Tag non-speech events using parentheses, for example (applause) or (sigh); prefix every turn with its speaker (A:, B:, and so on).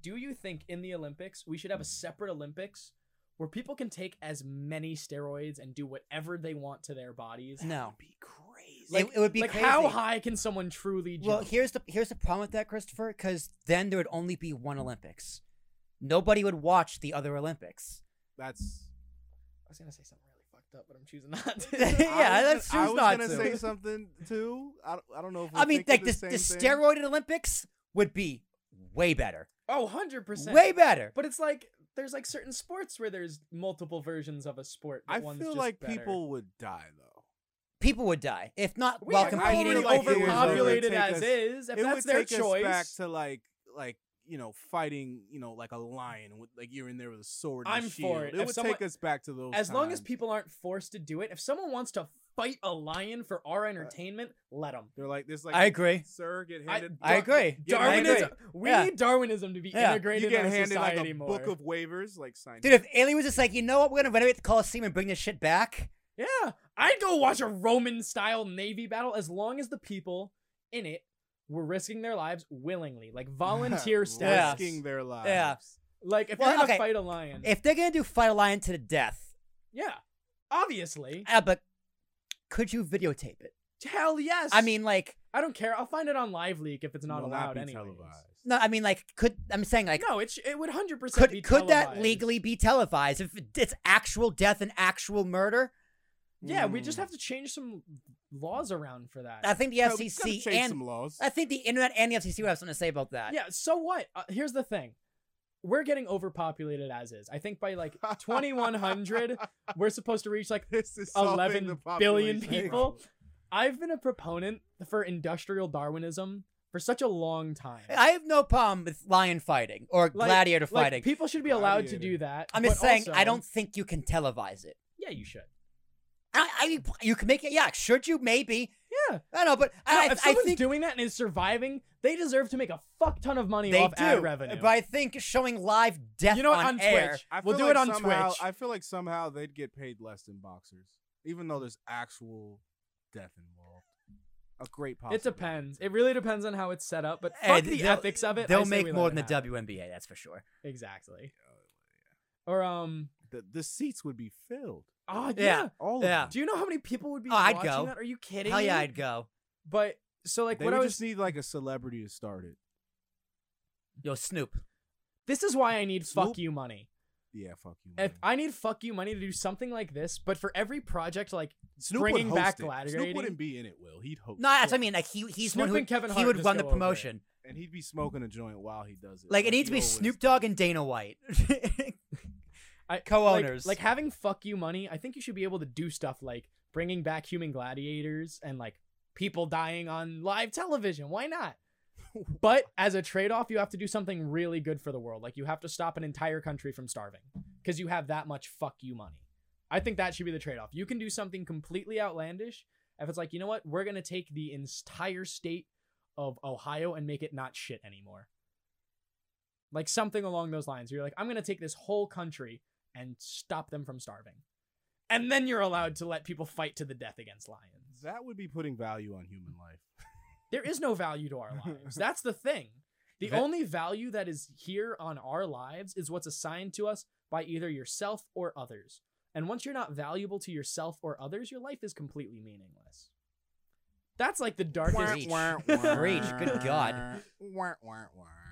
A: do you think in the Olympics we should have a
B: Hmm.
A: separate Olympics where people can take as many steroids and do whatever they want to their bodies?
B: No.
C: be crazy.
A: Like-
B: it, it would be
A: like
B: crazy.
A: how high can someone truly jump?
B: Well, here's the here's the problem with that, Christopher, because then there would only be one Olympics. Nobody would watch the other Olympics.
C: That's
A: I was gonna say something really fucked up, but I'm choosing not to.
B: (laughs) yeah,
A: (laughs)
C: I was
B: that's
C: gonna, I was
B: not
C: gonna
B: to.
C: say something too. I don't, I don't know if we're
B: I mean,
C: thinking
B: like the,
C: the,
B: the
C: same thing.
B: steroided Olympics would be way better,
A: oh, 100 percent.
B: way better.
A: but it's like there's like certain sports where there's multiple versions of a sport. But
C: I
A: one's
C: feel
A: just
C: like
A: better.
C: people would die though.
B: People would die if not
A: We
B: while
A: are
C: I
B: competing.
A: already
C: feel
B: with
C: like
B: the
C: it would
A: overpopulated
C: take
A: as
C: us-
A: is. If
C: it
A: that's
C: would
A: their
C: take
A: choice,
C: us back to like like you know fighting you know like a lion with like you're in there with a sword. and a
A: I'm for
C: shield.
A: it.
C: It
A: If
C: would
A: someone-
C: take us back to those.
A: as long as
C: times.
A: people aren't forced to do it, if someone wants to fight a lion for
C: Uh,
A: our entertainment, let them.
C: they're like this, like
B: I agree.
C: Sir, get
A: I-
C: handed.
B: I agree.
C: Yeah, I
A: Darwinism. We
B: Yeah.
A: need Darwinism to be
B: Yeah.
A: integrated
C: you get
A: in our
C: handed like
A: society
C: a
A: more.
C: book of waivers, like sign. (laughs)
B: Dude, if Alien was just like, you know what, we're gonna renovate the Coliseum and bring this shit back.
A: yeah, I'd go watch a Roman-style navy battle as long as the people in it were risking their lives willingly,
C: (laughs)
A: like volunteer status.
C: risking their lives.
A: Like if
B: Well,
A: you're gonna
B: okay.
A: fight a lion,
B: If they're gonna do fight a lion to the death,
A: yeah, obviously,
B: uh, but could you videotape it?
A: hell yes.
B: I mean, like,
A: I don't care. I'll find it on Live Leak if it's not
C: Will
A: allowed
C: be
A: anyway.
C: televised.
B: no, I mean, like, could I'm saying like,
A: no, it sh- it would hundred percent be
B: could could that
A: televised.
B: legally be televised if it's actual death and actual murder?
A: Yeah, we
B: Hmm.
A: just
C: Mm.
A: have E to change some laws around for that.
B: I think the
C: Yeah, we gotta
B: FCC
C: change some
B: and
C: laws.
B: I think the internet and the FCC would have something to say about that.
A: yeah. So what? Uh, here's the thing. We're getting overpopulated as is. I think by like
B: (laughs)
A: 2100, we're supposed to reach like.
C: This is solving
A: 11
C: the
A: billion
C: population
A: people.
C: problem.
A: I've been a proponent for industrial Darwinism for such a long time.
B: I have no problem with lion fighting or
A: Like-
B: gladiator
A: Like,
B: fighting.
A: people should be allowed to
C: Gladiator.
A: do that.
B: I'm just
A: but
B: saying I
A: also-
B: don't think you can televise it.
A: Yeah, you should.
B: I, I mean, you can make it. Yeah, should you? Maybe.
A: Yeah.
B: I don't know, but
A: No,
B: I,
A: if
B: I
A: someone's
B: think
A: doing that and is surviving, they deserve to make a fuck ton of money
B: they
A: off
B: do.
A: ad revenue.
B: But I think showing live death
A: you know what?
B: on,
A: On,
B: air,
A: Twitch,
C: I feel
A: we'll do
C: like
A: it on
C: somehow,
A: Twitch.
C: I feel like somehow they'd get paid less than boxers, even though there's actual death involved. A great
A: It
C: possibility.
A: depends. It really depends on how it's set up, but
B: Hey,
A: fuck the
B: they'll-
A: ethics of it. I
B: they'll
A: say we
B: make
A: let
B: more
A: it
B: than the
A: happen.
B: WNBA. That's for sure.
A: Exactly. Or um.
C: The, the seats would be filled.
A: Oh yeah.
B: Yeah.
C: All
B: Yeah.
C: of them.
A: Do you know how many people would be
B: Oh, I'd
A: watching
B: go.
A: that? Are you kidding?
B: Hell
A: me?
B: yeah, I'd go.
A: But so like
C: they
A: what
C: would
A: I was.
C: just need like a celebrity to start it.
B: Yo, Snoop.
A: this is why I need fuck
C: Snoop?
A: you money.
C: Yeah, fuck you.
A: If
B: Mm.
C: man.
A: I need fuck you money to do something like this, but for every project like
C: Snoop
A: bringing
C: would host
A: back
C: it.
A: gladiating-
C: Snoop wouldn't be in it. Will he'd host?
B: No,
C: it.
B: that's what I mean. Like he, he's
A: Snoop
B: one who
A: and Kevin
B: he
A: Hart
B: would
A: just
B: run the
A: go over it.
B: promotion.
C: and he'd be smoking a joint while he does it.
B: Like it needs to
C: he
B: be
C: always
B: Snoop
C: does.
B: Dogg and Dana White.
A: (laughs) I,
B: Co-owners.
A: like, like having fuck you money, I think you should be able to do stuff like bringing back human gladiators and like people dying on live television. Why not? But as a trade off, you have to do something really good for the world. Like you have to stop an entire country from starving because you have that much fuck you money. I think that should be the trade off. You can do something completely outlandish if it's like, you know what, we're gonna take the entire state of Ohio and make it not shit anymore. Like something along those lines. Where you're like, I'm gonna take this whole country and stop them from starving. And then you're allowed to let people fight to the death against lions.
C: That would be putting value on human life.
A: There is no value to our lives. That's the thing. The
C: That-
A: only value that is here on our lives is what's assigned to us by either yourself or others. And once you're not valuable to yourself or others, your life is completely meaningless. That's like the darkest.
B: Preach. Preach, good God.
C: Wah, wah, wah.